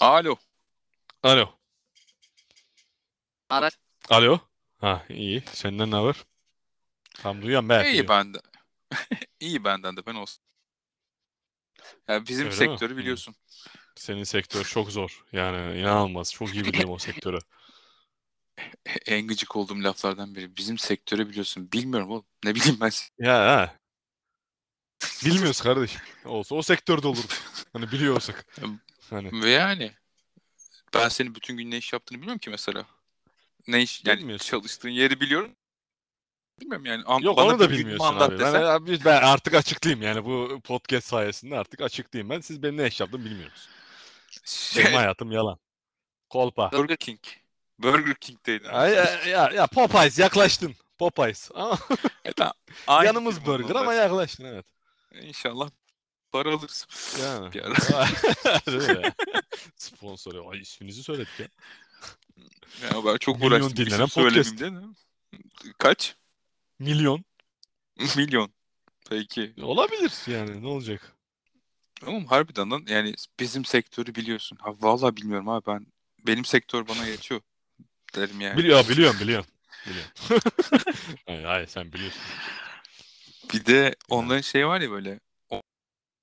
Alo. Alo. Haber? Alo. Ha iyi. Senden ne haber? Tam duyuyorum ben. İyi duyuyorum. bende. İyi benden de ben olsun. Ya bizim Öyle mi? Hmm. sektörü Hı. biliyorsun. Senin sektör çok zor. Yani inanılmaz. Çok iyi biliyorum o sektörü. E, En gıcık olduğum laflardan biri. Bizim sektörü biliyorsun. Bilmiyorum oğlum. Ne bileyim ben. Ya ha. Bilmiyoruz kardeşim. Olsa o sektörde olurduk. Hani biliyorsak. Hani Ve yani ben senin bütün gün ne iş yaptığını bilmiyorum ki mesela. Ne iş yani Bilmiyorsun. çalıştığın yeri biliyorum. Bilmiyorum yani. An- Yok bana onu da bir gün bilmiyorsun anlat abi. desen. Ben, abi, ben artık açıklayayım yani bu podcast sayesinde artık açıklayayım ben. Siz benim ne iş yaptığımı bilmiyorsunuz. Şey, Benim hayatım yalan. Kolpa. Burger King. Burger King'deydin. Ay, e, ay, ya, ya Popeyes yaklaştın. Popeyes. Ama E tamam. Aynı yanımız firma burger onlar. ama yaklaştın evet. İnşallah para alırsın. Yani. Bir ara. Öyle ya. Sponsoru. Ay isminizi söyledik ya. Ya ben çok Milyon uğraştım. dinlenen İsim söylemeyeyim diye de. Kaç? Milyon. Milyon. Peki. Olabilir yani ne olacak? Tamam harbiden lan yani bizim sektörü biliyorsun. Ha vallahi bilmiyorum abi ben benim sektör bana yetiyor derim yani. Biliyor, biliyorum biliyorum. Biliyorum. hayır, hayır sen biliyorsun. Bir de onların şey var ya böyle o-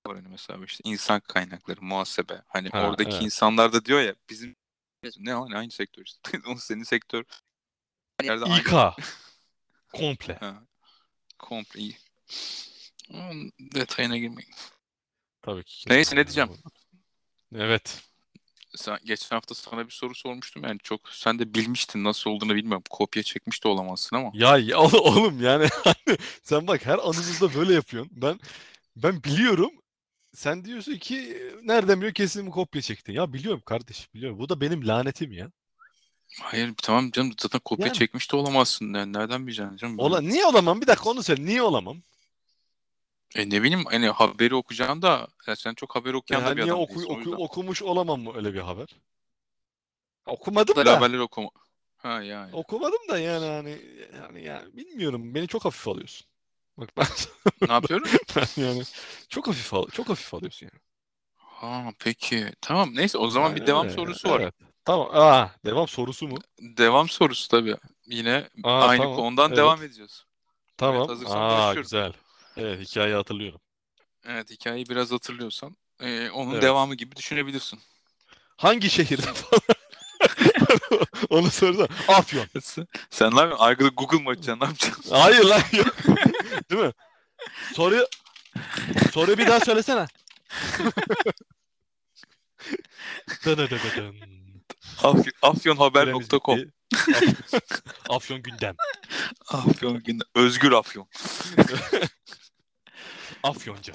var hani mesela işte insan kaynakları, muhasebe. Hani Ha, oradaki evet. insanlar da diyor ya bizim ne hani aynı sektör işte. Onun senin sektör yerde aynı. İK. Komple. Ha. Komple iyi. Onun detayına girmeyin. Tabii ki. Neyse, ne diyeceğim? Evet. Sen, geçen hafta sana bir soru sormuştum yani çok sen de bilmiştin nasıl olduğunu bilmiyorum. Kopya çekmiş de olamazsın ama. Ya, ya oğlum yani hani sen bak her anımızda böyle yapıyorsun. Ben ben biliyorum. Sen diyorsun ki nereden biliyor kesin mi kopya çektin? Ya biliyorum kardeşim biliyorum. Bu da benim lanetim ya. Hayır tamam canım zaten kopya Yani. çekmiş de olamazsın. Yani nereden bileceksin canım? böyle? Ola, niye olamam? Bir dakika onu söyle. Niye olamam? E ne bileyim hani haberi okuyacaksın da ya sen çok haber okuyan da Yani bir niye adam hani oku- değilsin o oku- yüzden. okumuş olamam mı öyle bir haber? Okumadım da, Haberler okuma. Ha yani. okumadım da yani hani yani ya bilmiyorum beni çok hafif alıyorsun. Bak ben, Ne yapıyorum? ben yani çok hafif al, çok hafif alıyorsun yani. Ha peki. Tamam neyse o zaman bir Aynen devam öyle. sorusu var. Evet. Tamam. Aa, devam sorusu mu? Devam sorusu tabii. Yine Aa, aynı tamam. konudan Evet. devam edeceğiz. Tamam. hazırsan Aa, başlıyorum. güzel. Evet, hikayeyi hatırlıyorum. Evet hikayeyi biraz hatırlıyorsan e, onun Evet. devamı gibi düşünebilirsin. Hangi şehirde falan? Onu sorsana. Afyon. Sen, sen ne yapıyorsun? Arkada Google mı açacaksın? Ne yapacaksın? Hayır lan yok. Değil mi? Soruyu soruyu bir daha söylesene. Dın dın dın dın. Afyon, Süremiz afyonhaber.com bitti. Af- Afyon gündem. Afyon günde. Özgür Afyon. Afyonca.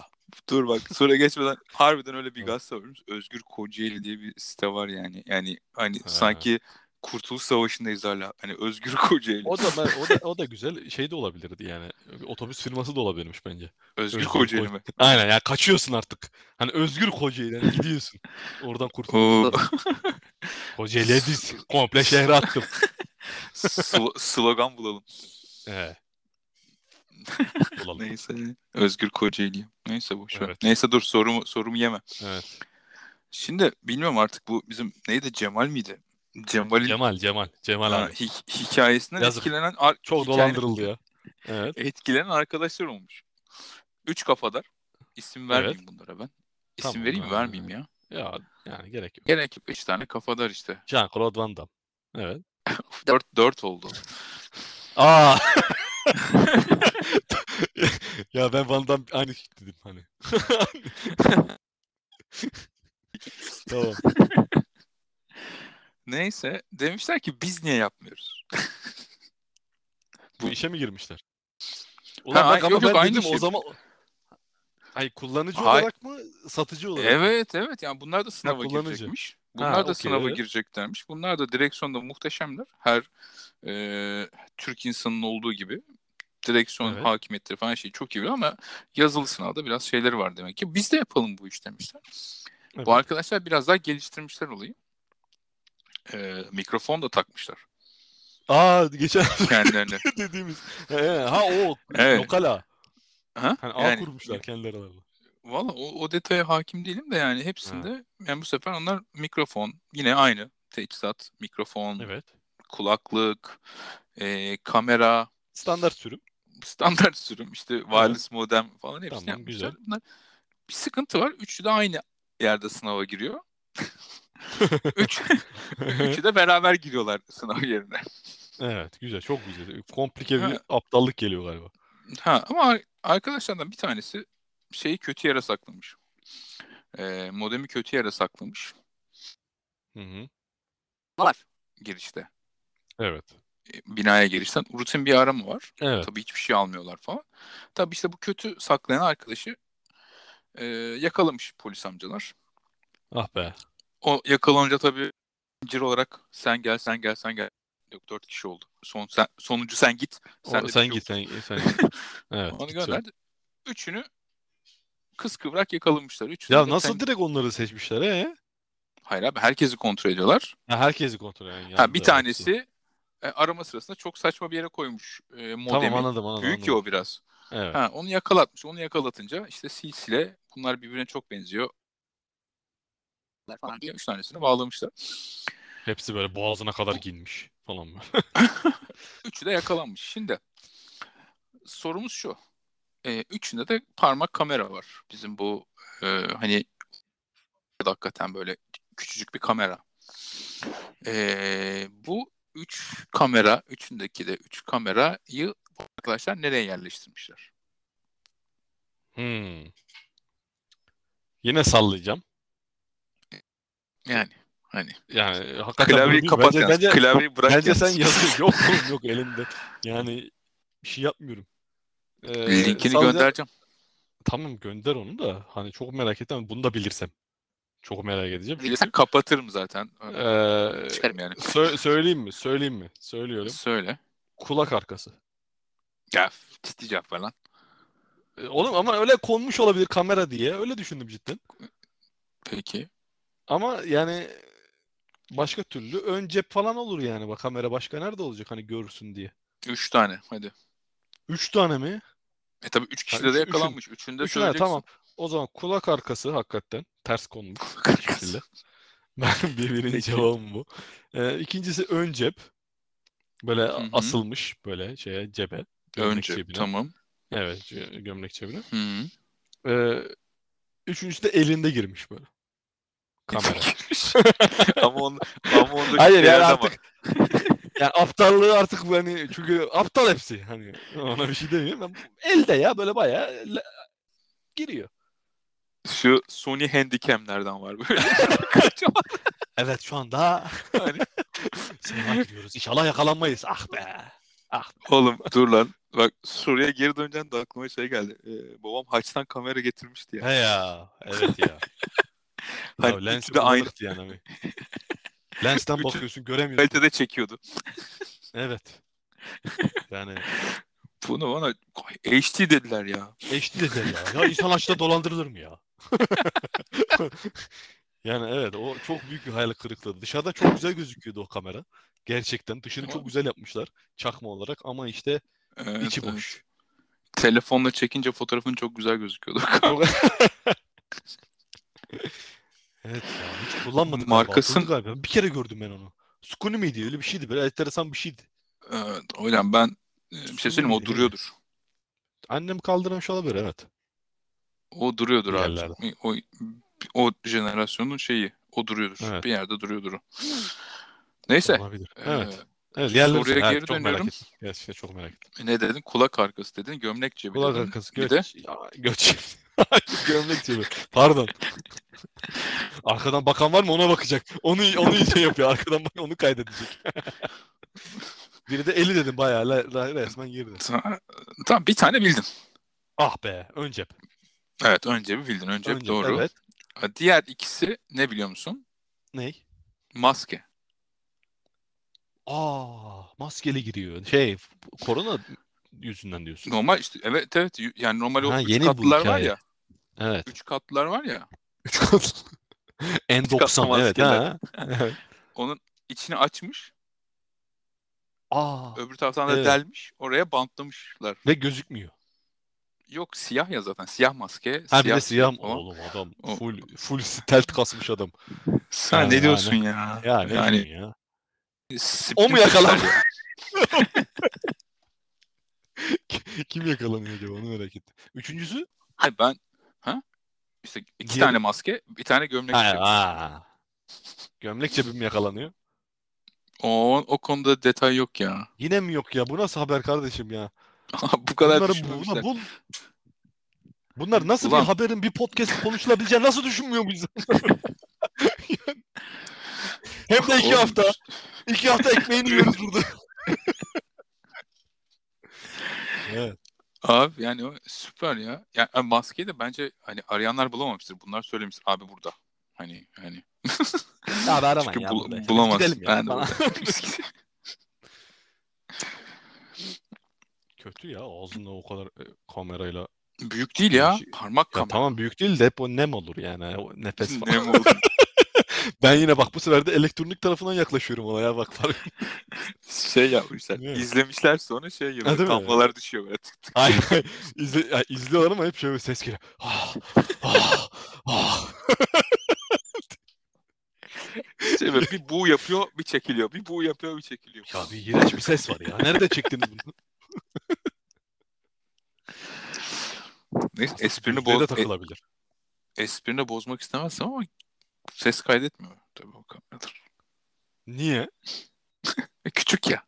Dur bak soruya geçmeden harbiden öyle bir gazete varmış. Özgür Kocaeli diye bir site var yani. Yani hani Ha. sanki Kurtuluş Savaşı'ndayız hala. Hani Özgür Kocaeli. O da ben, o da o da güzel şey de olabilirdi yani. Bir Otobüs firması da olabilirmiş bence. Özgür, Özgür Kocaeli mi? Aynen ya kaçıyorsun artık. Hani özgür Kocaeli'den gidiyorsun. Oradan kurtuluyorsun. Oo. Kocaeli'ye biz komple şehre attım. Slo- slogan bulalım. Ee. Bulalım. Neyse. Özgür Kocaeli. Neyse boş ver. Evet. Neyse dur sorumu sorumu yeme. Evet. Şimdi bilmiyorum artık bu bizim neydi Cemal miydi? Cemal'in Cemal, Cemal, Cemal ha, abi. hi- hikayesinden Yazık. etkilenen ar- Çok hikayenin- dolandırıldı ya. Evet. etkilenen arkadaşlar olmuş. Üç kafadar. İsim vermeyeyim bunlara ben. İsim Tamam, vereyim mi aynen vermeyeyim ya. Ya yani gerek yok. Gerek yok. Üç tane kafadar işte. Jean-Claude Van Damme. Evet. Dört, dört oldu. Aa. ya ben Van Damme aynı şey dedim hani. tamam. Neyse. Demişler ki biz niye yapmıyoruz? Bu işe mi girmişler? Ha, Ulan bak yok, ama yok, ben aynı dedim şey. o zaman Ay kullanıcı Hayır. olarak mı satıcı olarak mı? evet evet. Yani bunlar da sınava kullanıcı. girecekmiş. Ha, Bunlar da okey, sınava evet. gireceklermiş. Bunlar da direksiyonda muhteşemler. Her e, Türk insanının olduğu gibi direksiyon Evet. hakimiyetleri falan şey çok iyi biliyor ama yazılı sınavda biraz şeyleri var demek ki. Biz de yapalım bu iş demişler. Evet. Bu arkadaşlar biraz daha geliştirmişler olayı. Ee, mikrofon da takmışlar Aa geçen kendilerine. dediğimiz. He, he, ha o Evet. lokala. Ha? Hani ağ Yani kurmuşlar kendileri aralarında. Valla o, o detaya hakim değilim de yani hepsinde yani bu sefer onlar mikrofon yine aynı teçhizat, mikrofon, Evet. kulaklık, e, kamera, Standart sürüm. standart sürüm işte wireless modem falan hepsini Tamam, yapmışlar. güzel. Bunlar bir sıkıntı var. Üçü de aynı yerde sınava giriyor. Üç, üçü de beraber giriyorlar sınav yerine. evet güzel çok güzel. Komplike bir Ha. aptallık geliyor galiba. Ha, ama ar- arkadaşlardan bir tanesi şeyi kötü yere saklamış. E, modemi kötü yere saklamış. Hı hı. Var. Girişte. Evet. E, binaya girişten rutin bir arama var. Evet. Tabii hiçbir şey almıyorlar falan. Tabii işte bu kötü saklayan arkadaşı e, yakalamış polis amcalar. Ah be. O yakalanınca tabii zincir olarak sen gel sen gel sen gel. Yok dört kişi oldu. Son sen, sonuncu sen git. Sen, de bir sen şey git yok. sen, sen git. Evet. Onu git sen. gönderdi. Üçünü kız kıvrak yakalamışlar. Üçünü Ya de nasıl sen- direkt onları seçmişler he? Hayır abi herkesi kontrol ediyorlar. Ha, herkesi kontrol eden Ha, yalnız, bir evet. tanesi e, arama sırasında çok saçma bir yere koymuş e, modemi. Tamam anladım anladım. Büyük ya anladım. o biraz. Evet. Ha, onu yakalatmış. Onu yakalatınca işte silsile bunlar birbirine çok benziyor. Falan diye üç tanesini bağlamışlar. Hepsi böyle boğazına kadar giyinmiş falan mı? Üçü de yakalanmış. Şimdi sorumuz şu. Ee, üçünde de parmak kamera var. Bizim bu e, hani hakikaten böyle küçücük bir kamera. Ee, bu üç kamera, üçündeki de üç kamerayı arkadaşlar nereye yerleştirmişler? Hmm. Yine sallayacağım. Yani hani Yani E, hakikaten bunu klavyeyi bil- kapat bence, yalnız, bence, klavyeyi bırak bence yalnız. sen yazı yok oğlum yok elinde. Yani bir şey yapmıyorum. Ee, Linkini sallayacağım. göndereceğim. Tamam gönder onu da hani çok merak ettim bunu da bilirsem. Çok merak edeceğim. Bilirsen kapatırım zaten. Ee, Çıkarım yani. sö- söyleyeyim mi? Söyleyeyim mi? Söylüyorum. Söyle. Kulak arkası. Ya ciddi cevap ver lan. Ee, Oğlum ama öyle konmuş olabilir kamera diye. Öyle düşündüm cidden. Peki. Ama yani başka türlü ön cep falan olur yani. Bak kamera başka nerede olacak hani görürsün diye. Üç tane hadi. Üç tane mi? E tabii üç kişide üç- de üçün- yakalanmış. Üçünde Üç tane söyleyeceksin. tamam. O zaman kulak arkası hakikaten ters konmuş bir şekilde. Ben bir birinci Peki. cevabım bu. Ee, ikincisi ön cep. Böyle hı. asılmış böyle şeye cebe. Gömlek Önce cebine. tamam. Hmm. Evet gö- gömlek cebine. Hı. Ee, üçüncüsü de elinde girmiş böyle. Kamera. ama on, ama onda Hayır şeyler de yani var. artık yani aptallığı artık bu hani çünkü aptal hepsi hani ona bir şey demiyorum. ama Elde ya böyle bayağı le- giriyor. Şu Sony Handycam'lerden var böyle. Evet şu anda Hani- sınava giriyoruz. İnşallah yakalanmayız. Ah be. Ah be. Oğlum dur lan. Bak Suriye geri döneceğim de aklıma şey geldi. Ee, babam haçtan kamera getirmişti ya. He ya. Evet ya. Hani ya lens üçü de aynı kullanırdı yani. abi. Lensten Üçü- bakıyorsun göremiyorsun. kalitede çekiyordu. Evet. Yani Bunu bana HD dediler ya. HD dediler ya. Ya insan açta dolandırılır mı ya? yani evet o çok büyük bir hayal kırıklığı. Dışarıda çok güzel gözüküyordu o kamera. Gerçekten dışını çok güzel yapmışlar çakma olarak ama işte Evet, içi evet. boş. Telefonla çekince fotoğrafın çok güzel gözüküyordu. Evet ya hiç kullanmadım galiba. Markasın- Atıldı galiba. Bir kere gördüm ben onu. Sukuni miydi öyle bir şeydi böyle enteresan bir şeydi. evet, o yüzden ben e, bir şey söyleyeyim mi? o Sony duruyordur. Annem kaldıramış olabilir evet. O duruyordur Bir abi. yerlerde. O, o jenerasyonun şeyi. O duruyordur. Evet. Bir yerde duruyordur o. Neyse. Olabilir. e, Evet. Evet, diğerleri soruya evet, geri çok merak dönüyorum. E, ettim. Gerçekten çok merak ettim. ne dedin? Kulak arkası dedin. Gömlek cebi Kulak dedin. arkası Bir göç. de Ya, göç. Gömlek cebi. Pardon. Arkadan bakan var mı ona bakacak. Onu onu şey yapıyor. Arkadan bak onu kaydedecek. Biri de eli dedim bayağı la, la- resmen girdi. Ta- tamam bir tane bildin. Ah be ön cep. Evet ön cebi bildin. Ön cep Ön cep, doğru. Evet. Ha, Diğer ikisi ne biliyor musun? Ney? Maske. Aa maskeli giriyor. Şey korona yüzünden diyorsun. Normal işte evet evet Y- yani normal o Ha, üç yeni bu katlılar var hikaye. ya. Evet. Üç katlılar var ya. Üç kat. N90 evet maskeler. ha. Evet. Onun içini açmış. Aa Öbür taraftan da Evet. delmiş. Oraya bantlamışlar. ve gözükmüyor. Yok siyah ya zaten. Siyah maske. Ha bir de siyah siyah falan. oğlum adam O- full full stealth kasmış adam. Sen Yani, ne diyorsun yani. ya? Ya ne Yani- yani. ya. Splinter mu yakalandı? Cell ya. Kim yakalanıyor acaba onu merak ettim. Üçüncüsü? Hayır ben ha? İşte iki Diğeri- tane maske, bir tane gömlek. şey. Ha, içi. ha. Gömlek cebim yakalanıyor. O, o konuda detay yok ya. Yine mi yok ya? Bu nasıl haber kardeşim ya? Bu kadar Bunları- düşünmemişler. buna- bun- Bunlar nasıl Ulan. bir haberin bir podcast konuşulabileceğini nasıl düşünmüyor biz? Hem de iki Oğlum, hafta. İki hafta ekmeğini yiyoruz burada. evet. Abi yani o süper ya. Yani maskeyi de bence hani arayanlar bulamamıştır. Bunlar söylemiş abi burada. Hani hani Abi aramayın çünkü ya bul- burada. bulamaz. Gidelim ya. ben de Bana- burada. Kötü ya ağzında o kadar e, kamerayla. Büyük değil ya. Ya Parmak Ya kamera. tamam büyük değil de hep o nem olur yani. O nefes falan. Ne mi oldu? Ben yine bak bu sefer de elektronik tarafından yaklaşıyorum olaya bak. fark- şey yapmışlar. Değil mi? İzlemişler sonra şey Ha, yapıyor. değil mi? Damlalar düşüyor böyle. Tık tık. Hayır. hayır. İzle, ya izliyorlar ama hep şöyle ses geliyor. Ah, ah, ah. Şey böyle bir bu yapıyor bir çekiliyor. Bir bu yapıyor bir çekiliyor. Ya bir iğrenç bir ses var ya. Nerede çektiniz bunu? Neyse esprini, Bizde de boz, e- takılabilir. esprini bozmak istemezsem ama ses kaydetmiyor. Tabii o kameradır. Niye? E, küçük ya.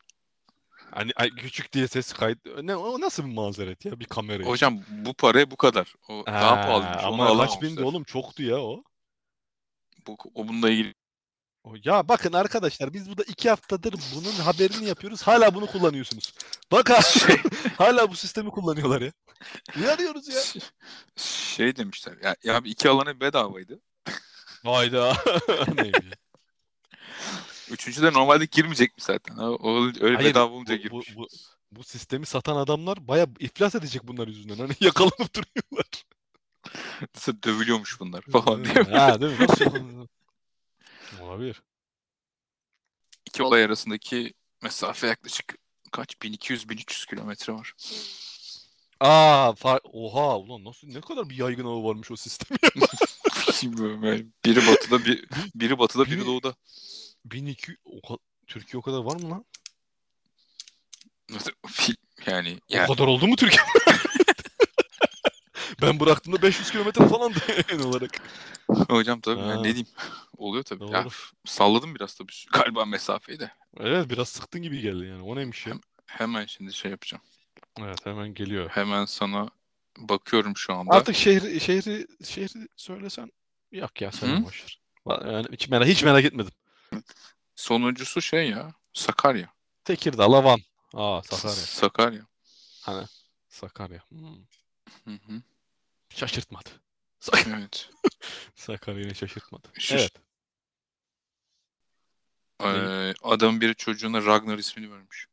Hani ay, küçük diye ses kayıt. Ne, o nasıl bir mazeret ya bir kamerayı? Hocam bu paraya bu kadar. O daha pahalıymış. Onu Ama kaç alamamışlar. bindi oğlum çoktu ya o. Bu, o bununla ilgili O- Ya bakın arkadaşlar biz burada iki haftadır bunun haberini yapıyoruz. Hala bunu kullanıyorsunuz. Bak ha- Şey- hala bu sistemi kullanıyorlar ya. Uyarıyoruz ya. Ş- şey demişler. Ya, ya abi iki alanı bedavaydı. Hayda. Neymiş ya? Üçüncü de normalde girmeyecekmiş zaten. Ha, O, öyle Hayır, bedava bu, olunca bu, girmiş. bu, bu sistemi satan adamlar baya iflas edecek bunlar yüzünden. Hani yakalanıp duruyorlar. Nasıl dövülüyormuş bunlar falan diye. Ha değil mi? Nasıl? Olabilir. İki olay arasındaki mesafe yaklaşık kaç? 1200-1300 kilometre var. Aa, fa- oha ulan nasıl ne kadar bir yaygın ağı varmış o sistem. Bilmiyorum yani. Biri batıda, bir, biri batıda, biri Biri- doğuda. 1200 o ka- Türkiye o kadar var mı lan? Nasıl- Yani, O yani kadar oldu mu Türkiye? ben bıraktığımda 500 kilometre falan en olarak. hocam tabii yani Ha. ne diyeyim. Oluyor tabii. Ya, Doğru. salladım biraz tabii şu- galiba mesafeyi de. Evet biraz sıktın gibi geldi yani. O neymiş ya? Hemen şimdi şey yapacağım. Evet hemen geliyor. Hemen sana bakıyorum şu anda. Artık şehri şehri şehri söylesen yok ya söyle Hı? boşver. Va- Yani hiç merak hiç merak etmedim. Sonuncusu şey ya. Sakarya. Tekirdağ, Lavan. Aa Sakarya. Sakarya. Sakarya. Hmm. Hı hı. Şaşırtmadı. Evet. Sakarya'yı şaşırtmadı. Şaş- Evet. Ee, adam biri çocuğuna Ragnar ismini vermiş.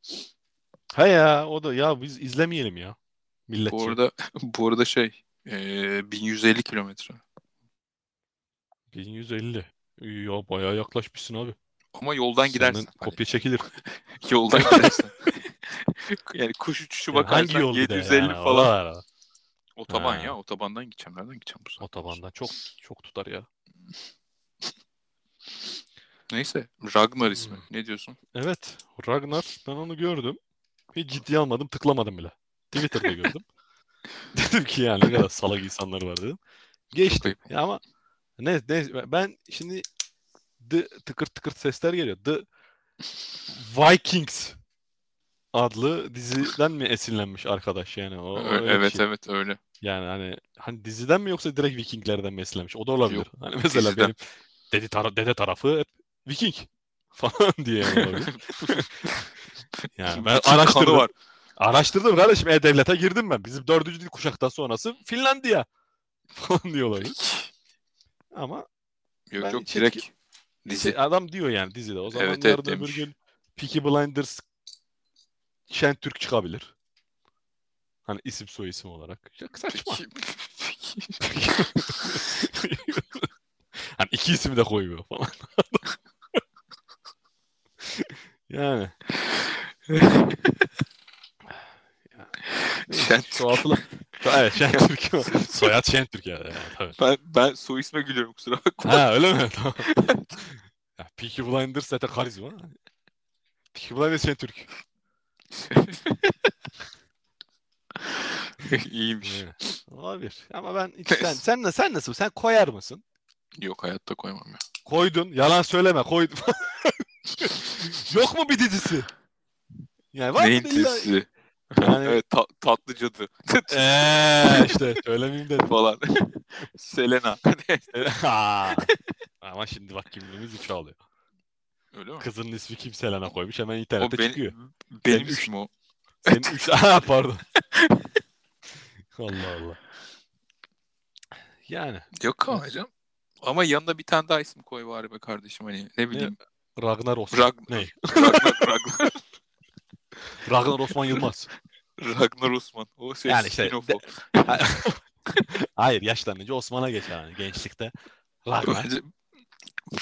He ya o da ya biz izlemeyelim ya. Milletçi. Bu arada bu arada şey ee, 1150 kilometre. 1150. Ya bayağı yaklaşmışsın abi. Ama yoldan gidersin. Senden Hani kopya çekilir. yoldan gidersin. yani kuş uçuşu Yani hangi bakarsan yol bir de 750 yani? falan. Valla. Otoban Ha. ya. Otobandan gideceğim. Nereden gideceğim bu saatte? Otobandan çok çok tutar ya. Neyse. Ragnar ismi. Hmm. Ne diyorsun? Evet. Ragnar ben onu gördüm. Hiç ciddiye almadım. Tıklamadım bile. Twitter'da gördüm. dedim ki yani ne kadar salak insanlar var dedim. Geçtim. ayıp. Ya ama ne, ne ben şimdi The tıkır tıkır sesler geliyor. The Vikings adlı diziden mi esinlenmiş arkadaş yani o Ö- öyle bir evet şey. evet öyle. Yani hani hani diziden mi yoksa direkt Vikinglerden mi beslenmiş? O da olabilir. Yok, Hani mesela diziden. benim dede, tara- dede tarafı hep Viking falan diye yani olabilir. Yani ben Bütün kanı araştırdım. var. Araştırdım kardeşim. E-Devlet'e girdim ben. Bizim dördüncü dil kuşaktan sonrası Finlandiya falan diye olabilir. Ama Yok Ben yok hiç direkt etki- dizi. dizi- adam diyor yani dizide. O zaman Evet, evet yarın öbür demiş. gün Peaky Blinders Şen Türk çıkabilir. Hani isim soy isim olarak. Ya saçma. Peki- hani iki isim de koymuyor falan. yani. Yani. Şen Çoğaltıla, ço- evet Şentürk. Soyad Şentürk yani. yani tabii. Ben, ben soy isme gülüyorum kusura bakma. Ha öyle mi? Tamam. ya, Peaky Blinders zaten karizma. Peaky Blinders Şentürk. İyiymiş. Olabilir. Ama ben içten... sen, sen nasıl? Sen koyar mısın? Yok hayatta koymam ya. Koydun. Yalan söyleme. Koydun. Yok mu bir dizisi? Yani E, var Neyin mı illa- dizisi? Yani- Evet, ta- tatlı cadı Eee işte söylemeyeyim dedim. falan. Selena. Ha. Ama şimdi bak kimliğimiz 3 alıyor. Öyle mi? Kızının ismi kim Selena koymuş hemen O internette çıkıyor. benim, benim Senin üç- ismim o. Senin 3 Aa pardon. Allah Allah. Yani Yok ama hocam. Ama yanına bir tane daha isim koy bari be kardeşim hani ne bileyim. Ragnar Osman. Ragn- Ne? Ragnar, Ragnar, Ragnar Osman Yılmaz. Ragnar Osman. O şey Yani işte- spin-off o. Hayır yaşlanınca Osman'a geçer hani gençlikte. Ragnar. Bence,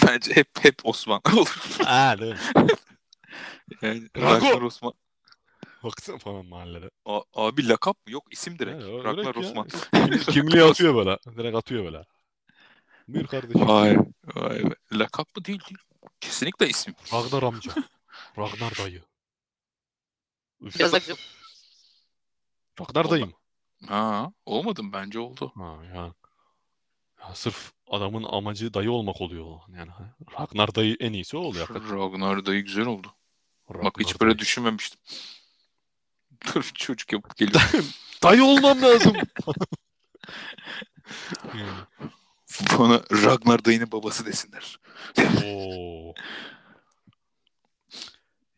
bence hep hep Osman olur. Ha değil mi? Yani Rago. Ragnar Osman. Baksana falan mahallede. A- abi lakap mı? Yok isim direkt. Ha, o- Ragnar direkt ya. Osman. Kimli- Kimliği atıyor böyle. Direkt atıyor böyle. Buyur kardeşim. Vay, vay be. Lakap mı değil değil. Kesinlikle isim. Ragnar amca. Ragnar dayı. Üf. Yazık. Ragnar dayı mı? Ha, olmadım bence oldu. Ha, ya. ya sırf adamın amacı dayı olmak oluyor. o. Yani ha, Ragnar dayı en iyisi o oluyor. hakikaten. Ragnar dayı güzel oldu. Bak Ragnar hiç böyle dayı. düşünmemiştim. Dur çocuk yapıp geliyor. Dayı olmam lazım. Yani, Bana Ragnar dayının babası desinler. Oo.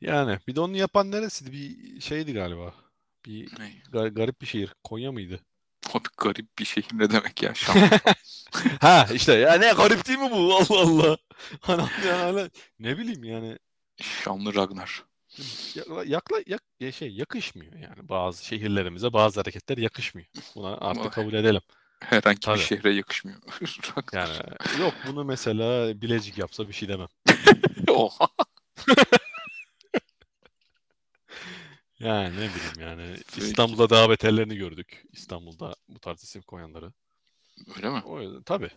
Yani bir de onu yapan neresiydi? Bir şeydi galiba. Bir Ne? gar- garip bir şehir. Konya mıydı? Abi garip bir şehir ne demek ya Şam. Ha işte ya ne garip değil mi bu? Allah Allah. Hani yani hala- ne bileyim yani Şamlı Ragnar. yakla, yakla yak, ya şey yakışmıyor yani bazı şehirlerimize bazı hareketler yakışmıyor. Buna Vay. artık kabul edelim. Herhangi Tabii. bir şehre yakışmıyor. Ragnar. Yani yok bunu mesela Bilecik yapsa bir şey demem. Oha. Yani ne bileyim yani İstanbul'da daha beterlerini gördük. İstanbul'da bu tarz isim koyanları. Öyle mi? O yüzden tabii.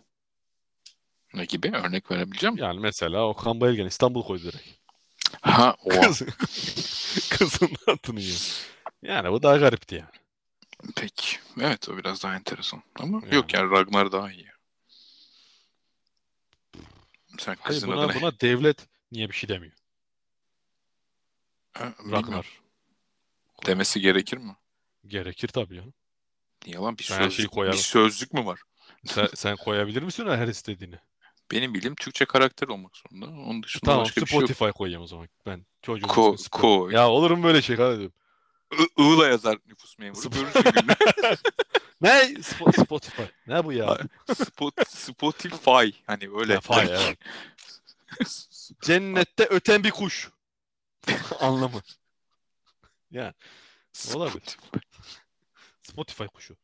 Ne gibi? Örnek verebileceğim mi? Yani mesela Okan Bayülgen İstanbul koydu direkt. Ha, oha. Kız, kızın adını yiyor. Yani bu daha garipti yani. Peki. Evet o biraz daha enteresan. Ama Yani. yok yani Ragnar daha iyi. Sen Hayır kızın buna, adına buna devlet niye bir şey demiyor? Ha, bilmiyorum. Ragnar. demesi gerekir mi? Gerekir tabii canım. Niye lan bir Ben her şeyi sözlük, bir koyarım. sözlük mü var? Sen, sen koyabilir misin öyle her istediğini? Benim bildiğim Türkçe karakter olmak zorunda. Onun dışında Tamam başka bir şey yok. Spotify koyayım o zaman. Ben çocuğum Ko, ismini Spotify- ko. Ya olur mu böyle şey kardeşim? I- I'la yazar nüfus memuru. Sp- Görürsün gününü. Ne? Spo- Spotify. Ne bu ya? Spot, Spotify. Hani öyle. Ha, fay, evet. Cennette öten bir kuş. Anlamı. Olabilir. Spotify. Spotify kuşu.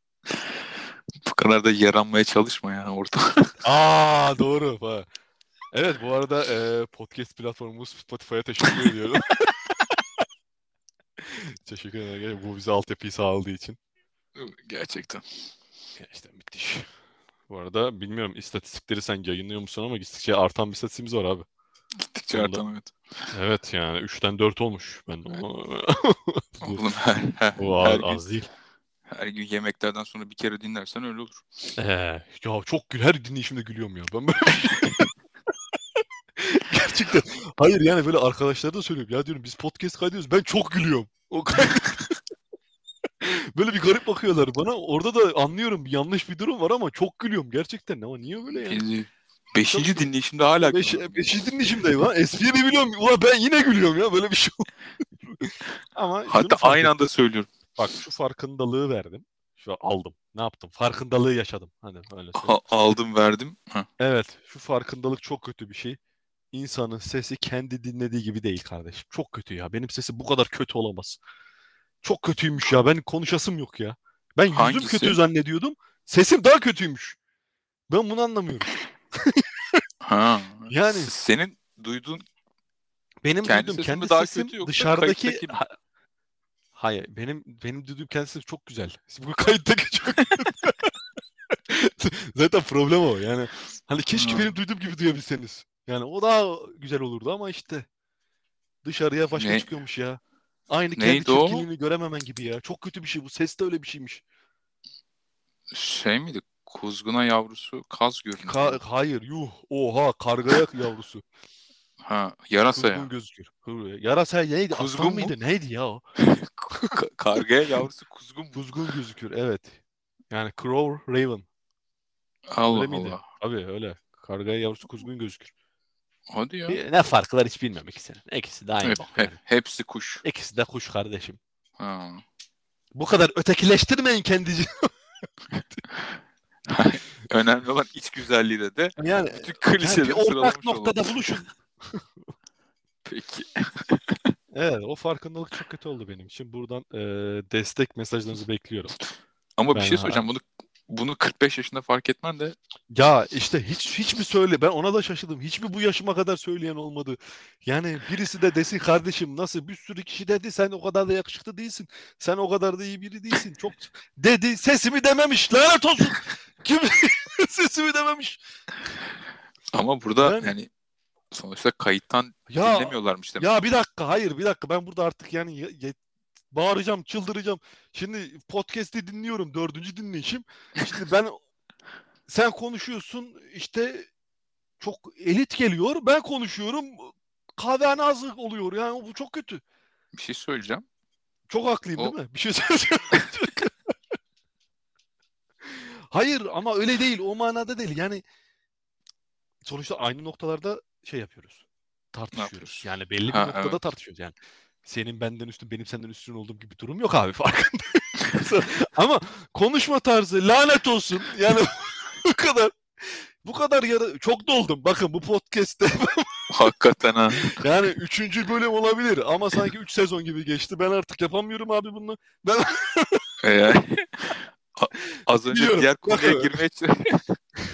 Bu kadar da yaranmaya çalışma ya orada. Aa doğru. Ha. Evet bu arada e, podcast platformumuz Spotify'a teşekkür ediyorum. teşekkür ederim. Bu bize altyapıyı sağladığı için. Gerçekten. Ya işte müthiş. Bu arada bilmiyorum istatistikleri sen yayınlıyor musun ama gittikçe artan bir istatistiğimiz var abi. Gittikçe Onda- artan evet. Evet yani 3'ten 4 olmuş. Ben de Oğlum her, her, o her az, gün, az değil. her gün yemeklerden sonra bir kere dinlersen öyle olur. Ee, ya çok gül her dinleyişimde gülüyorum ya. Ben böyle Gerçekten. Hayır yani böyle arkadaşlara da söylüyorum. Ya diyorum biz podcast kaydediyoruz. Ben çok gülüyorum. O kay- Böyle bir garip bakıyorlar bana. Orada da anlıyorum bir yanlış bir durum var ama çok gülüyorum gerçekten. Ama niye böyle yani? Şimdi Beşinci dinleyişimde hala Beş, gülüyorum. beşi dinleyişimdeyim lan. Espriyi de biliyorum. Ulan ben yine gülüyorum ya. Böyle bir şey olur. Ama şunu Hatta fark aynı ettim. anda söylüyorum. Bak şu farkındalığı verdim. Şu aldım. Ne yaptım? Farkındalığı yaşadım. Hani öyle söyleyeyim. A- aldım verdim. Ha. Evet. Şu farkındalık çok kötü bir şey. İnsanın sesi kendi dinlediği gibi değil kardeşim. Çok kötü ya. Benim sesi bu kadar kötü olamaz. Çok kötüymüş ya. Ben konuşasım yok ya. Ben yüzüm Hangisi? kötü zannediyordum. Sesim daha kötüymüş. Ben bunu anlamıyorum. ha. Yani- S- senin duyduğun Benim Kendi duyduğum sesim mi kendi daha sesim kötü yoksa dışarıdaki kayıttaki mi? Ha- Hayır, benim benim duyduğum kendi sesim çok güzel. Bu kayıttaki çok Zaten problem o. Yani hani keşke Hmm. benim duyduğum gibi duyabilseniz. Yani o daha güzel olurdu ama işte dışarıya başka Ne- çıkıyormuş ya. Aynı kendi Neydi o? çirkinliğini görememen gibi ya. Çok kötü bir şey bu. Ses de öyle bir şeymiş. Şey miydi? Kuzguna yavrusu kaz görünüyor. Ka- hayır, yuh, oha, kargaya yavrusu. ha, yarasa Kuzgun ya. gözükür. Kuzgun. Yarasa neydi? Aslan Kuzgun mu? mıydı? Neydi ya o? Ka- Kargaya yavrusu kuzgun mu? Kuzgun gözükür, evet. Yani Crow Raven. Allah Öyle miydi? Allah. Abi öyle. Kargaya yavrusu kuzgun gözükür. Hadi ya. Bir- Ne farkı var hiç bilmem ikisinin. İkisi de aynı Hep- bok hep- yani. hepsi kuş. İkisi de kuş kardeşim. Ha. Bu kadar ötekileştirmeyin kendici. Önemli olan iç güzelliği de de. Yani, Bütün E, yani klişeleri bir sıralamış ortak olalım. noktada buluşun. Peki. Evet o farkındalık çok kötü oldu benim için. Buradan e, destek mesajlarınızı bekliyorum. Ama bir Ben- şey söyleyeceğim. Bunu bunu 45 yaşında fark etmen de Ya işte hiç hiç mi söyle ben ona da şaşırdım. Hiç mi bu yaşıma kadar söyleyen olmadı? Yani birisi de desin kardeşim nasıl bir sürü kişi dedi sen o kadar da yakışıklı değilsin. Sen o kadar da iyi biri değilsin. Çok dedi sesimi dememiş. Lanet olsun. Kim sesimi dememiş. ama burada Yani- yani sonuçta kayıttan Ya dinlemiyorlarmış demek. ya bir dakika hayır bir dakika ben burada artık yani ye- ye- bağıracağım çıldıracağım. Şimdi podcast'i dinliyorum dördüncü dinleyişim. Şimdi ben sen konuşuyorsun işte çok elit geliyor ben konuşuyorum kahvehane azlık oluyor yani bu çok kötü. Bir şey söyleyeceğim. Çok haklıyım O- değil mi? Bir şey söyleyeceğim. Hayır ama öyle değil. O manada değil. Yani sonuçta aynı noktalarda şey yapıyoruz. Tartışıyoruz. yapıyoruz? Yani belli bir Ha, noktada evet. tartışıyoruz. Yani senin benden üstün, benim senden üstün olduğum gibi bir durum yok abi farkındayım. ama konuşma tarzı lanet olsun. Yani bu kadar bu kadar yara çok doldum. Bakın bu podcast'te Hakikaten ha. yani üçüncü bölüm olabilir ama sanki üç sezon gibi geçti. Ben artık yapamıyorum abi bunu. Ee, a- az önce Biliyorum. diğer konuya Bakın. girmeye ç-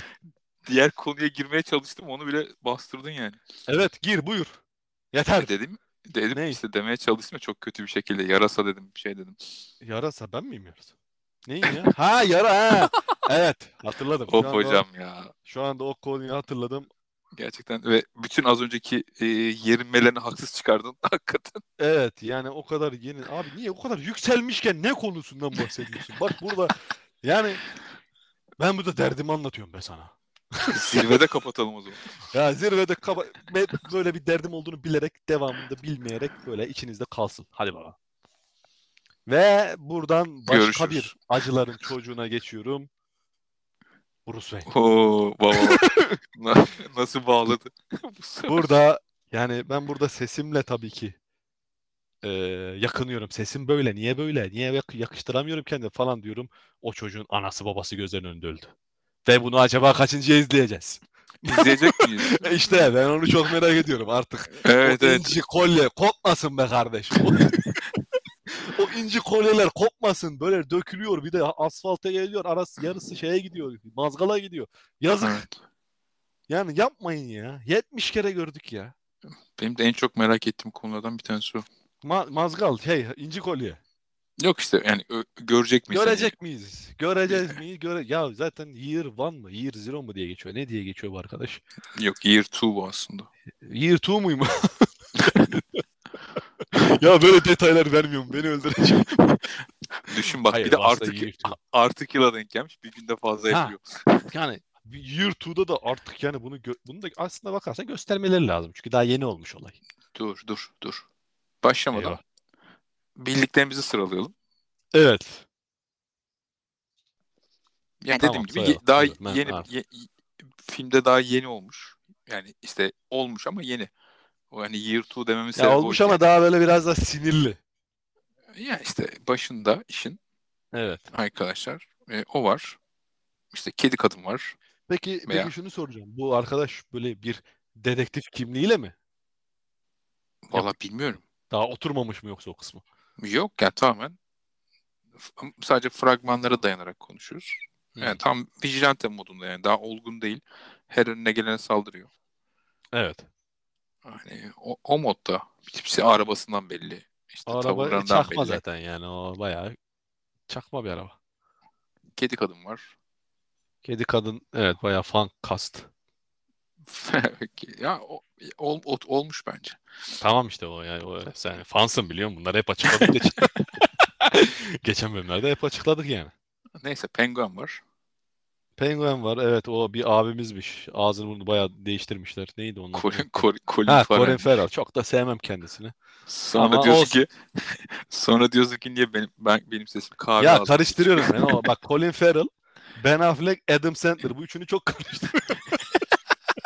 diğer konuya girmeye çalıştım onu bile bastırdın yani. Evet gir buyur. Yeter. Dedim dedim Ney? işte demeye çalıştım ya, çok kötü bir şekilde yarasa dedim bir şey dedim. Yarasa ben miyim yarasa? Neyim ya? ha yara ha. Evet hatırladım. Şu Of anda- hocam ya. Şu anda o konuyu hatırladım. Gerçekten ve bütün az önceki e, yerinmelerini haksız çıkardın hakikaten. Evet yani o kadar yeni. Abi niye o kadar yükselmişken ne konusundan bahsediyorsun? Bak burada yani ben burada derdimi anlatıyorum be sana. Zirvede kapatalım o zaman. Ya zirvede kaba- be- böyle bir derdim olduğunu bilerek devamında bilmeyerek böyle içinizde kalsın. Hadi baba. Ve buradan başka Görüşürüz. bir acıların çocuğuna geçiyorum. Bruce Wayne. Oo baba. Na- Nasıl bağladı? Bu sefer- Burada yani ben burada sesimle tabii ki eee, yakınıyorum. Sesim böyle. Niye böyle? Niye yak- yakıştıramıyorum kendimi falan diyorum. O çocuğun anası babası gözlerinin önünde öldü. Ve bunu acaba kaçıncıya izleyeceğiz? İzleyecek miyiz? E İşte ben onu çok merak ediyorum artık. Evet O evet. inci kolye kopmasın be kardeşim. O inci kolyeler kopmasın. Böyle dökülüyor. Bir de asfalta geliyor. Arası yarısı şeye gidiyor. Mazgala gidiyor. Yazık. Evet. Yani yapmayın ya. 70 kere gördük ya. Benim de en çok merak ettiğim konulardan bir tanesi o. Ma- mazgal şey inci kolye. Yok işte yani ö- görecek miyiz? Görecek miyiz? Göreceğiz miyiz? Göre ya zaten year one mı? Year zero mu diye geçiyor. Ne diye geçiyor bu arkadaş? Hani Yok year two bu aslında. Year two muyum? ya böyle detaylar vermiyorum. Beni öldürecek. Düşün bak Hayır, bir de varsa artık year two. artık yıla denk gelmiş. Bir günde fazla Ha. yapıyor. Yani bir year two'da da artık yani bunu gö- bunu da aslında bakarsan göstermeleri lazım. Çünkü daha yeni olmuş olay. Dur dur dur. Başlamadan Eyvah. bildiklerimizi sıralayalım. Evet. Yani Tamam, dediğim gibi sayalım. ye- daha Buyurun, ben- yeni ha. ye- ye- filmde daha yeni olmuş. Yani işte olmuş ama yeni. O hani year two dememin sebebi Ya o olmuş yani. ama daha böyle biraz daha sinirli. Ya işte başında işin Evet. arkadaşlar e, o var. İşte kedi kadın var. Peki, Veya- peki şunu soracağım. Bu arkadaş böyle bir dedektif kimliğiyle mi? Valla bilmiyorum. Daha oturmamış mı yoksa o kısmı? Yok ya tamamen f- sadece fragmanlara dayanarak konuşuyoruz. Yani tam vigilante modunda yani daha olgun değil. Her önüne gelene saldırıyor. Evet. Hani o, o modda tipsi arabasından belli. İşte Araba tavırlarından çakma belli. zaten yani o bayağı çakma bir araba. Kedi kadın var. Kedi kadın evet bayağı fan kast. ya o- ol- ol- olmuş bence. Tamam işte o yani. O, sen fansın biliyor musun? Bunları hep açıkladık. Geçen, geçen bölümlerde hep açıkladık yani. Neyse penguen var. Penguin var evet o bir abimizmiş. Ağzını burnunu bayağı değiştirmişler. Neydi onun? adı? Colin, Col- Colin Ha Farrell. Colin Farrell. Çok da sevmem kendisini. Sonra Ama diyorsun olsun. ki sonra diyorsun ki niye benim ben benim sesim kahve ya ağzı. karıştırıyorum ben ama bak Colin Farrell, Ben Affleck, Adam Sandler. Bu üçünü çok karıştırıyorum.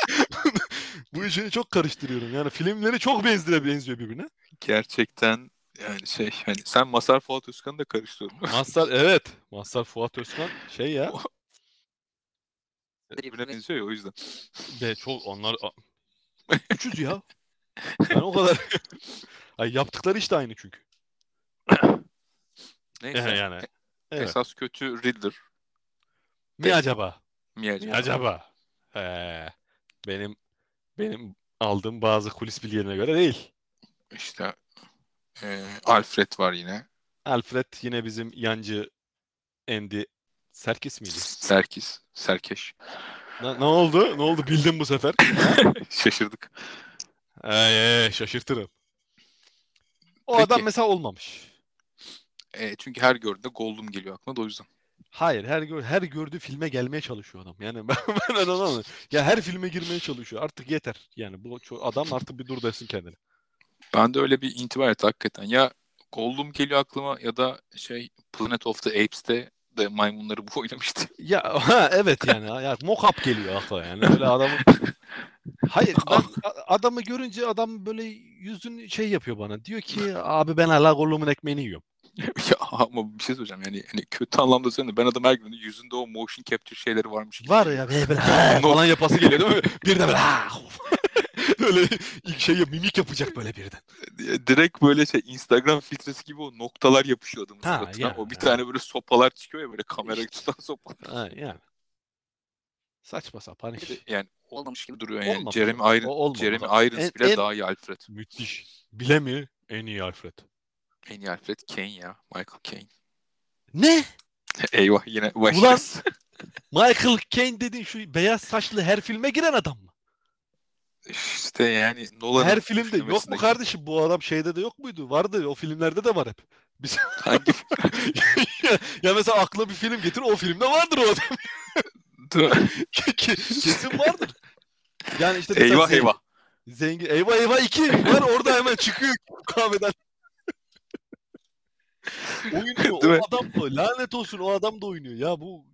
Bu üçünü çok karıştırıyorum. Yani filmleri çok benzire benziyor birbirine. Gerçekten yani şey hani sen Masar Fuat Özkan'ı da karıştırdın. Mazhar evet. Mazhar Fuat Özkan şey ya. Birbirine benziyor ya o yüzden. Be çok onlar A- üçüz ya. Ben o kadar Ay yaptıkları iş de aynı çünkü. Neyse. Yani, yani. Evet. Esas kötü Riddler. Ne acaba? Mia Ne Jane. acaba? Ee, benim benim aldığım bazı kulis bilgilerine göre değil. İşte e, Alfred var yine. Alfred yine bizim yancı Andy Serkis miydi? Serkis. Serkeş. Ne, ne oldu? Ne oldu? Bildim bu sefer. Şaşırdık. Ay, ay, şaşırtırım. O Peki. adam mesela olmamış. E, çünkü her gördüğünde Goldum geliyor aklına da o yüzden. Hayır, her gör- her gördüğü filme gelmeye çalışıyor adam. Yani ben, ben anlamadım. Ya her filme girmeye çalışıyor. Artık yeter. Yani bu ço- adam artık bir dur desin kendine. Ben de öyle bir intiba etti hakikaten. Ya Gollum geliyor aklıma ya da şey Planet of the Apes'te de maymunları bu oynamıştı. Ya ha, evet yani. Ya, mock-up geliyor akla yani. Öyle adamın Hayır ben a- adamı görünce adam böyle yüzün şey yapıyor bana. Diyor ki abi ben hala Gollum'un ekmeğini yiyorum. ya ama bir şey söyleyeceğim yani, yani kötü anlamda söylüyorum. da Ben adam her gün hani, yüzünde o motion capture şeyleri varmış gibi. Var ya böyle, böyle "Ha!" falan yapası geliyor değil mi? Birden böyle "Ha!" böyle şey yap- mimik yapacak böyle birden. Direkt böyle şey Instagram filtresi gibi o noktalar yapışıyor adamın Ha, suratına. ya, o bir ya. tane böyle sopalar çıkıyor ya böyle kamera İşte. tutan sopalar. Ha, yani. Saçma sapan iş. Yani olmamış gibi duruyor yani. Olmamış. Jeremy O Irons, olmamış. Jeremy Irons En- bile en- daha iyi Alfred. Müthiş. Bile mi? En iyi Alfred. En iyi Alfred Kane ya. Michael Kane. Ne? Eyvah yine Ulan- başlıyoruz. Michael Caine dediğin şu beyaz saçlı her filme giren adam mı? İşte yani Nolan'ın her filmde yok mu üçlemesindeki- kardeşim? Bu adam şeyde de yok muydu? Vardı. O filmlerde de var hep. Biz... Hangi ya mesela akla bir film getir o filmde vardır o adam. Ke- Kesin vardır. Yani işte şey- mesela eyvah zengin- eyvah. Zengin. Eyvah eyvah 2. Var orada hemen çıkıyor kahveden. oynuyor. Değil mi? o adam da. Lanet olsun o adam da oynuyor. Ya bu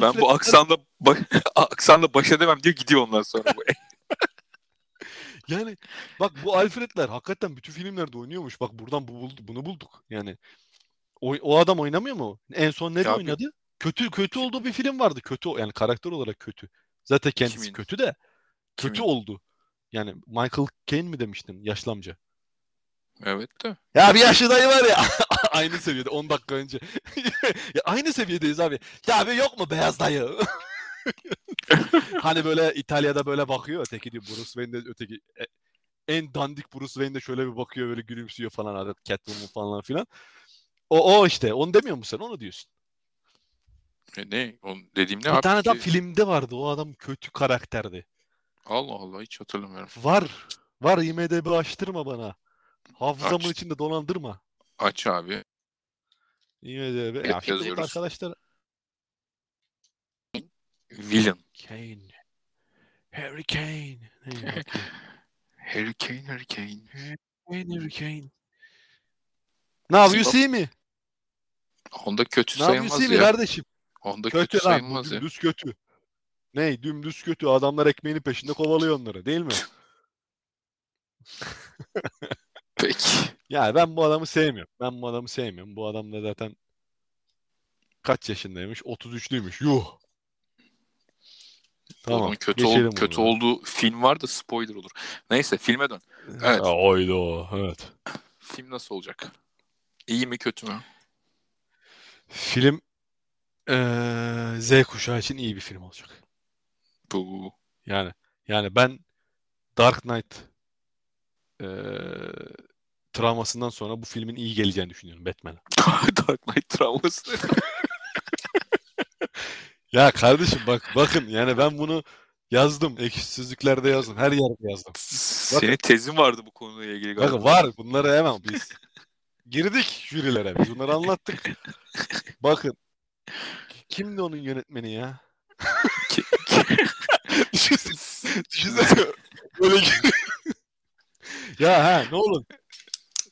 Ben bu aksanla ba- aksanla baş edemem diyor gidiyor ondan sonra. bu. Yani bak bu Alfred'ler hakikaten bütün filmlerde oynuyormuş. Bak buradan bu buldu- bunu bulduk. Yani o, o adam oynamıyor mu? En son ne Ya bir- oynadı? Kötü kötü olduğu bir film vardı. Kötü yani karakter olarak kötü. Zaten kendisi Kimin? kötü de kötü Kimin? oldu. Yani Michael Caine mi demiştin yaşlı amca? evet de. Ya bir yaşlı dayı var ya. aynı seviyede 10 dakika önce. ya aynı seviyedeyiz abi. Ya abi yok mu beyaz dayı? hani böyle İtalya'da böyle bakıyor. Öteki diyor Bruce Wayne de öteki e, en dandik Bruce Wayne de şöyle bir bakıyor böyle gülümsüyor falan adet Catwoman falan filan. O, o işte onu demiyor musun sen onu diyorsun. E ne? Onun dediğim ne bir abi tane adam ki? filmde vardı o adam kötü karakterdi. Allah Allah hiç hatırlamıyorum. Var. Var IMDB açtırma bana. Hafızamın Aç. içinde dolandırma. Aç abi. IMDB. Evet, Ya şimdi bu yazıyoruz. arkadaşlar Villain. Kane. Harry Kane. Ne yok ya. Harry Kane, Harry Kane. Kane, Harry Kane. Now you Bak- see me. Onda kötü Now you sayılmaz see me ya. kardeşim. Onda kötü, Kötü, lan. Bu sayılmaz ya. dümdüz kötü. Ney? Dümdüz kötü. Adamlar ekmeğini peşinde kovalıyor onları. Değil mi? Peki. ya ben bu adamı sevmiyorum. Ben bu adamı sevmiyorum. Bu adam da zaten kaç yaşındaymış? 33'lüymüş. Yuh. Tamam. Onun kötü, geçelim ol, bunu. kötü olduğu film var da spoiler olur. Neyse filme dön. Evet. Ha, oydu o. Evet. Film nasıl olacak? İyi mi kötü mü? Film eee, Z kuşağı için iyi bir film olacak. Bu. Yani yani ben Dark Knight eee travmasından sonra bu filmin iyi geleceğini düşünüyorum Batman'e. Dark Knight travması. Ya kardeşim bak bakın yani ben bunu yazdım. Ekşi sözlüklerde yazdım. Her yerde yazdım. Senin tezin vardı bu konuyla ilgili galiba. Bakın var bunları hemen biz girdik jürilere. Biz bunları anlattık. Bakın. Kimdi onun yönetmeni ya? Ki- Düşünsene. düşünsene. Böyle gir- Ya ha ne olur.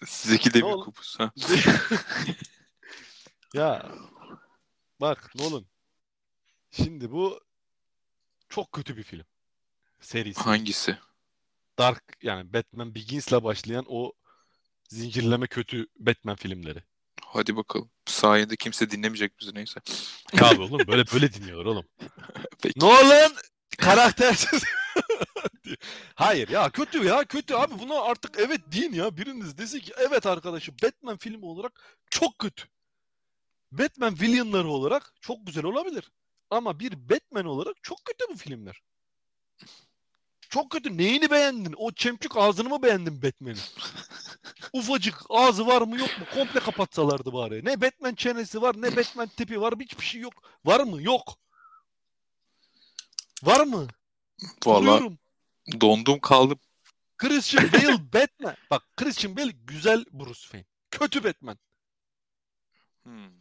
Zeki de Ne bir oldu? kupus. Ha. ya bak Nolan. Şimdi bu çok kötü bir film. Serisi. Hangisi? Dark yani Batman Begins'le başlayan o zincirleme kötü Batman filmleri. Hadi bakalım. Sayende kimse dinlemeyecek bizi neyse. Ya abi oğlum böyle böyle dinliyorlar oğlum. Peki. Nolan karaktersiz. Hayır ya kötü ya kötü abi buna artık evet deyin ya biriniz desin ki evet arkadaşım Batman filmi olarak çok kötü. Batman villainları olarak çok güzel olabilir. Ama bir Batman olarak çok kötü bu filmler. Çok kötü. Neyini beğendin? O çemkük ağzını mı beğendin Batman'in? Ufacık ağzı var mı yok mu? Komple kapatsalardı bari. Ne Batman çenesi var ne Batman tipi var. Hiçbir şey yok. Var mı? Yok. Var mı? Valla Buluyorum. dondum kaldım. Christian Bale Batman. Bak Christian Bale güzel Bruce Wayne. Kötü Batman. Hmm.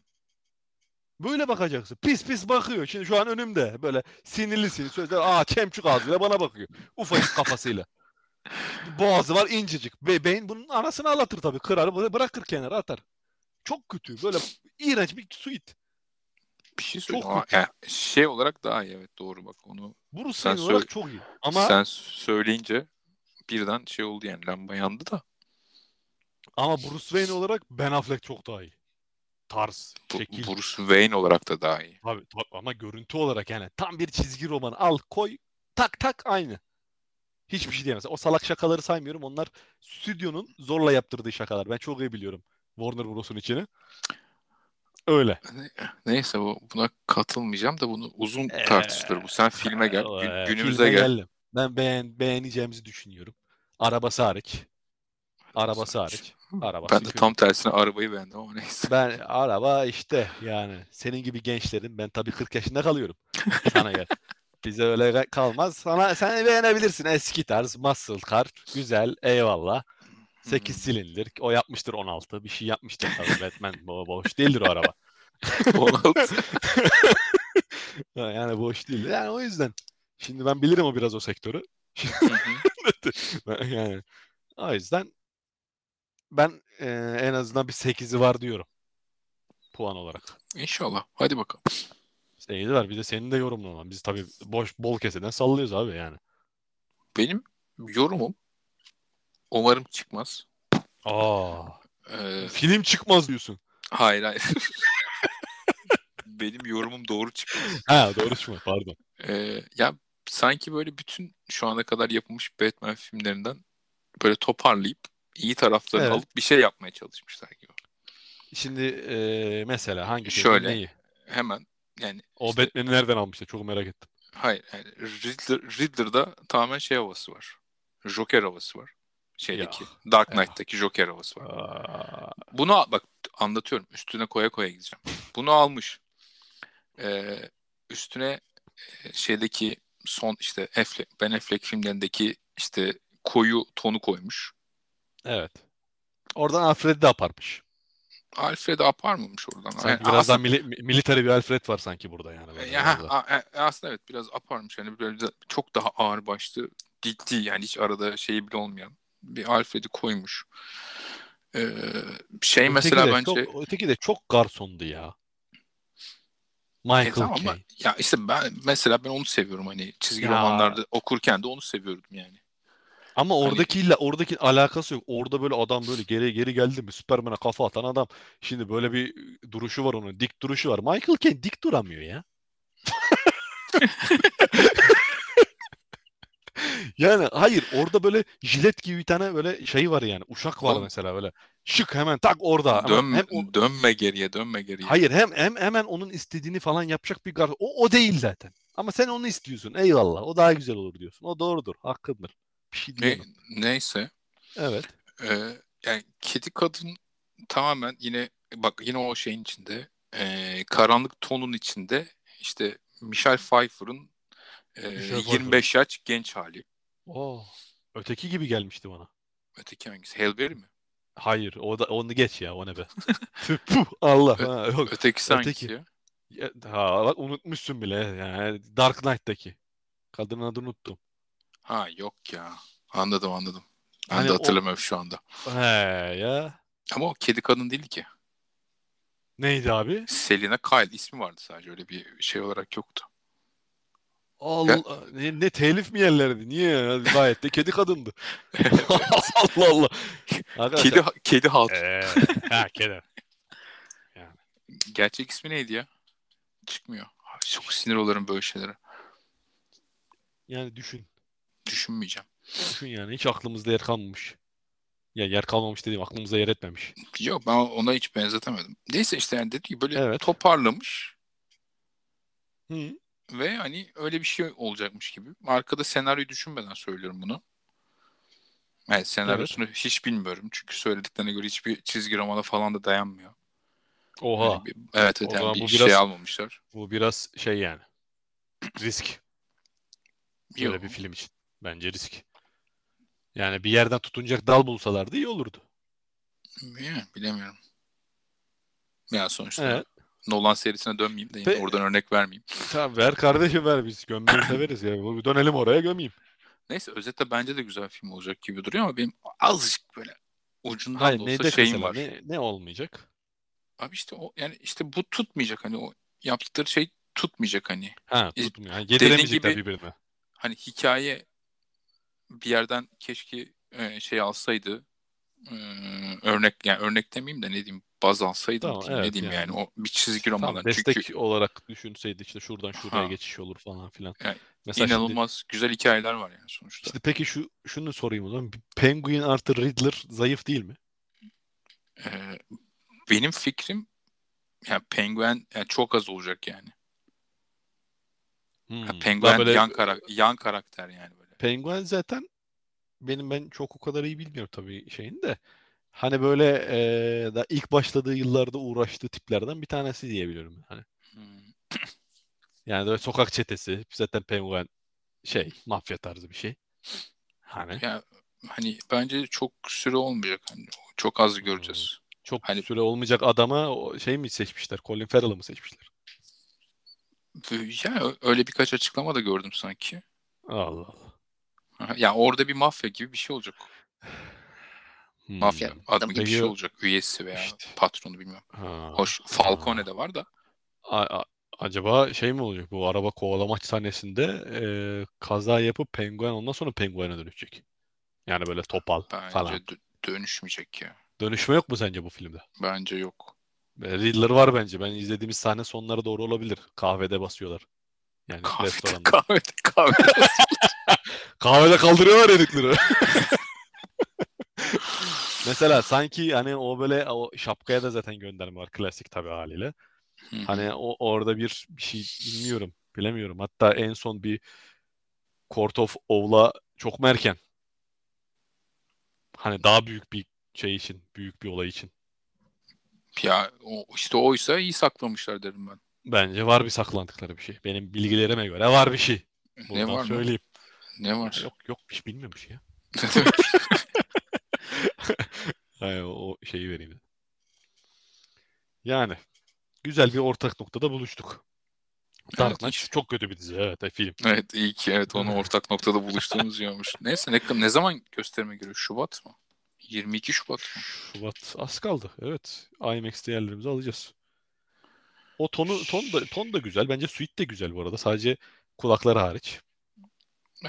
Böyle bakacaksın. Pis pis bakıyor. Şimdi şu an önümde. Böyle sinirli sinirli sözler. Aa çemçük ağzıyla bana bakıyor. Ufacık kafasıyla. Boğazı var incecik. Be beyin bunun anasını ağlatır tabii. Kırar bı- bırakır kenara atar. Çok kötü. Böyle iğrenç bir suit. Bir şey söyleyeyim. Çok Aa, e, şey olarak daha iyi evet doğru bak onu Bruce Sen Wayne olarak çok iyi. Ama sen söyleyince birden şey oldu yani lamba yandı da. ama Bruce Wayne olarak Ben Affleck çok daha iyi. Tarz, Bu, şekil. Bruce Wayne olarak da daha iyi. Abi tabii ama görüntü olarak yani tam bir çizgi romanı al koy tak tak aynı. Hiçbir şey diyemez. O salak şakaları saymıyorum. Onlar stüdyonun zorla yaptırdığı şakalar. Ben çok iyi biliyorum Warner Bros'un içini. Öyle. Neyse bu, buna katılmayacağım da bunu uzun Ee, tartışılır bu. Sen filme gel. gü- Ee, günümüze filme gel. geldim. Ben beğen, beğeneceğimizi düşünüyorum. Arabası hariç. Arabası hariç. Arabası Ben de kötü. tam tersine arabayı beğendim ama neyse. Ben araba işte yani senin gibi gençlerin ben tabii 40 yaşında kalıyorum. Sana gel. Bize öyle re- kalmaz. Sana sen beğenebilirsin. Eski tarz muscle car. Güzel. Eyvallah. 8 Hmm. silindir. O yapmıştır 16. Bir şey yapmıştır tabii Batman. Bo boş değildir o araba. 16. Yani boş değildir. Yani o yüzden. Şimdi ben bilirim o biraz o sektörü. Hı hı. Ben- Yani o yüzden ben e, en azından bir 8'i var diyorum. Puan olarak. İnşallah. Hadi bakalım. Seyirci var. Bir de senin de yorumlaman. Biz tabii boş bol keseden sallıyoruz abi yani. Benim yorumum umarım çıkmaz. Aa. Ee, Film çıkmaz diyorsun. hayır hayır. Benim yorumum doğru çıkmaz. Ha doğru çıkma pardon. Ee, ya sanki böyle bütün şu ana kadar yapılmış Batman filmlerinden böyle toparlayıp iyi taraflarını Evet. alıp bir şey yapmaya çalışmışlar gibi. Şimdi e, mesela hangi film Şöyle. neyi? Hemen yani O Batman'i nereden almışlar? Çok merak ettim. hayır yani Riddler, Riddler'da tamamen şey havası var. Joker havası var. Şeydeki Dark Knight'taki Joker havası var. Aa, Bunu al- bak anlatıyorum. Üstüne koya koya gideceğim. Bunu almış. Ee, üstüne e, şeydeki son işte Affleck, Ben Affleck filmlerindeki işte koyu tonu koymuş. evet. Oradan Alfred'i de aparmış. Alfred aparmamış oradan. Sanki Yani biraz daha aslında, mili- mi- military bir Alfred var sanki burada yani. Ya, böyle biraz ha, da. a- a- aslında evet biraz aparmış. Yani böyle de- çok daha ağır başlı ciddi yani hiç arada şeyi bile olmayan bir Alfred'i koymuş. Ee, şey Öteki mesela de bence çok, öteki de çok garsondu ya. Michael E tamam ama Caine. ya işte ben mesela ben onu seviyorum hani çizgi Ya. romanlarda okurken de onu seviyordum yani. Hani Ama oradakiyle oradaki alakası yok. Orada böyle adam böyle geri geri geldi mi Superman'e kafa atan adam. Şimdi böyle bir duruşu var onun. Dik duruşu var. Michael Caine dik duramıyor ya. Yani hayır orada böyle jilet gibi bir tane böyle şey var yani. Uşak var Oğlum. mesela böyle. Şık hemen tak orada. Ama Dön, hem o- dönme geriye dönme geriye. hayır hem, hem hemen onun istediğini falan yapacak bir gar. O, o değil zaten. Ama sen onu istiyorsun. Eyvallah. O daha güzel olur diyorsun. O doğrudur. Hakkıdır. Bir şey Ne, diyemem. neyse Evet. e, yani kedi kadın tamamen yine bak yine o şeyin içinde e, karanlık tonun içinde işte Michelle Pfeiffer'ın e, Michelle Pfeiffer. 25 yaş genç hali. Oo. Öteki gibi gelmişti bana. Öteki hangisi? Halle Berry mi? Hayır, o da onu geç ya, o ne be. Tüh, puh, Allah. Ha, yok. Ötekisi hangisi Öteki. ya? Ya, Ha, bak unutmuşsun bile. Yani Dark Knight'taki. Kadının adını unuttum. Ha yok ya. Anladım anladım. Ben Hani de o- hatırlamıyorum şu anda. He ya. Ama o kedi kadın değildi ki. Neydi abi? Selina Kyle ismi vardı sadece öyle bir şey olarak yoktu. Allah ne, ne telif mi yerlerdi? Niye? ya? Gayet de kedi kadındı. Allah Allah. Arkadaşlar. Kedi kedi hatun. Ee, ha, kedi. Gerçek ismi neydi ya? Çıkmıyor. Abi çok sinir olurum böyle şeylere. Yani düşün. Düşünmeyeceğim. Düşün yani. Hiç aklımızda yer kalmamış. Ya yer kalmamış dediğim aklımıza yer etmemiş. Yok ben ona hiç benzetemedim. Neyse işte yani dedi ki böyle Evet. toparlamış Hı. ve hani öyle bir şey olacakmış gibi. Arkada senaryoyu düşünmeden söylüyorum bunu. Yani senaryosunu hiç bilmiyorum. Çünkü söylediklerine göre hiçbir çizgi romana falan da dayanmıyor. Oha. Öyle bir- evet O evet yani zaman bir bu şey biraz- almamışlar. Bu biraz şey yani. Risk. Böyle Yok. bir film için. Bence risk. Yani bir yerden tutunacak dal bulsalardı iyi olurdu. Yani bilemiyorum. Yani sonuçta Evet. Nolan serisine dönmeyeyim de yine Pe- oradan örnek vermeyeyim. Tamam ver kardeşim ver biz gömmeyi severiz ya. Bu- Dönelim oraya gömeyim. Neyse özetle bence de güzel film olacak gibi duruyor ama benim azıcık böyle ucundan Hayır da neyde olsa şeyim mesela? var. Ne, ne olmayacak? Abi işte o yani işte bu tutmayacak hani o yaptıkları şey tutmayacak hani. Ha E, tutmuyor. Yani yediremeyecekler gibi- birbirine. Hani hikaye bir yerden keşke e, şey alsaydı e, örnek yani örnek demeyeyim de ne diyeyim baz alsaydım Tamam, diyeyim, ne evet diyeyim yani. yani o bir çizgi Tamam, romandan destek çünkü olarak düşünseydik işte şuradan şuraya Ha. geçiş olur falan filan. Yani Mesela şimdi inanılmaz güzel hikayeler var yani sonuçta. işte peki şu şunu sorayım o zaman. Penguin artı Riddler zayıf değil mi? E, benim fikrim yani penguen yani çok az olacak yani. Hmm. Ya Daha Penguen böyle yan, karak- yan karakter yani böyle. Penguin zaten benim ben çok o kadar iyi bilmiyorum tabii şeyini de. Hani böyle eee da ilk başladığı yıllarda uğraştığı tiplerden bir tanesi diyebiliyorum. Hani Hmm. yani böyle sokak çetesi zaten Penguin şey mafya tarzı bir şey. Hani Ya hani bence çok süre olmayacak hani çok Hmm. az göreceğiz. çok Hani- süre olmayacak adama o şey mi seçmişler? Colin Farrell'ı mı seçmişler? Ya öyle birkaç açıklama da gördüm sanki. Allah Allah. Ya orada bir mafya gibi bir şey olacak. Hmm. Mafya adamı gibi bir şey Peki- olacak. Üyesi veya İşte. patronu bilmiyorum. Ha. Hoş Falcone de var da. A- a- acaba şey mi olacak bu araba kovalamaç sahnesinde eee, kaza yapıp penguen ondan sonra penguene dönüşecek. Yani böyle topal Bence falan. dö- dönüşmeyecek ya. Dönüşme yok mu sence bu filmde? Bence yok. E, Riddler var bence. Ben izlediğimiz sahne sonlara doğru olabilir. Kahvede basıyorlar. Yani Kahvede restoranda. kahvede kahvede. Kahvede kaldırıyorlar herifleri. Mesela sanki hani o böyle o şapkaya da zaten gönderme var klasik tabii haliyle. Hı hı. Hani o orada bir bir şey bilmiyorum, bilemiyorum. Hatta en son bir Court of Owl'a çok mu erken? Hani daha büyük bir şey için, büyük bir olay için. Ya o, işte oysa iyi saklamışlar derim ben. Bence var bir saklandıkları bir şey. Benim bilgilerime göre var bir şey. ne Buradan var mı? söyleyeyim. Ne var? Ya yok yok bir şey bilmiyorum bir şey ya. Ne demek? Hayır, o o şeyi vereyim. dedim. Yani güzel bir ortak noktada buluştuk. Dark Evet, Knight işte. çok kötü bir dizi. Evet, e, film. Evet iyi ki evet onu ortak noktada buluştuğumuz iyi olmuş. Neyse ne, ne zaman gösterime giriyor? Şubat mı? 22 Şubat mı? Şubat az kaldı. Evet. IMAX'te yerlerimizi alacağız. O tonu ton da ton da güzel. Bence suite de güzel bu arada. Sadece kulakları hariç.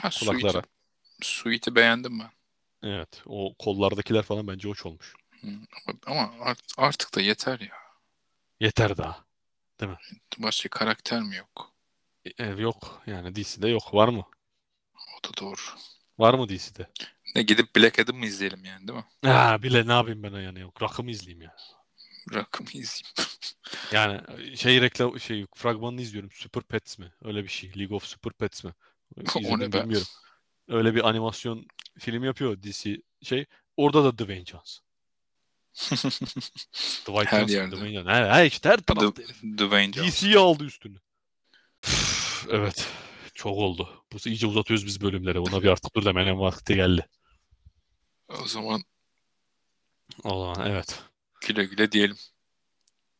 Ha, Suite'i, Kulaklara. Suite'i beğendim ben. Evet. O kollardakiler falan bence hoş olmuş. Hı, Ama, ama art- artık da yeter ya. Yeter daha. Başka karakter mi yok? E, e, yok yani DC'de yok. Var mı? O da doğru. Var mı DC'de? Ne gidip Black Adam mı izleyelim yani değil mi? Ha, bile ne yapayım ben yani yok. Rock'ımı izleyeyim ya. Rock'ı mı izleyeyim? Yani şey reklam şey fragmanını izliyorum. Super Pets mi? Öyle bir şey. League of Super Pets mi? O İzledim ne be? bilmiyorum. Öyle bir animasyon film yapıyor DC şey. Orada da Dwayne Johnson. Dwight Her Johnson, yerde. Dwayne Johnson. Her, her, işte her tarafta. Du- Dwayne Johnson. DC'yi aldı üstünü. Evet. Çok oldu. Bu iyice uzatıyoruz biz bölümleri. Buna bir artık dur demenin vakti geldi. O zaman O zaman evet. güle güle diyelim.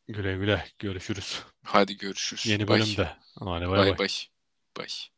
Güle güle. Görüşürüz. Hadi görüşürüz. Yeni Bay. bölümde. Hadi bay Bay bay. bay. Bay.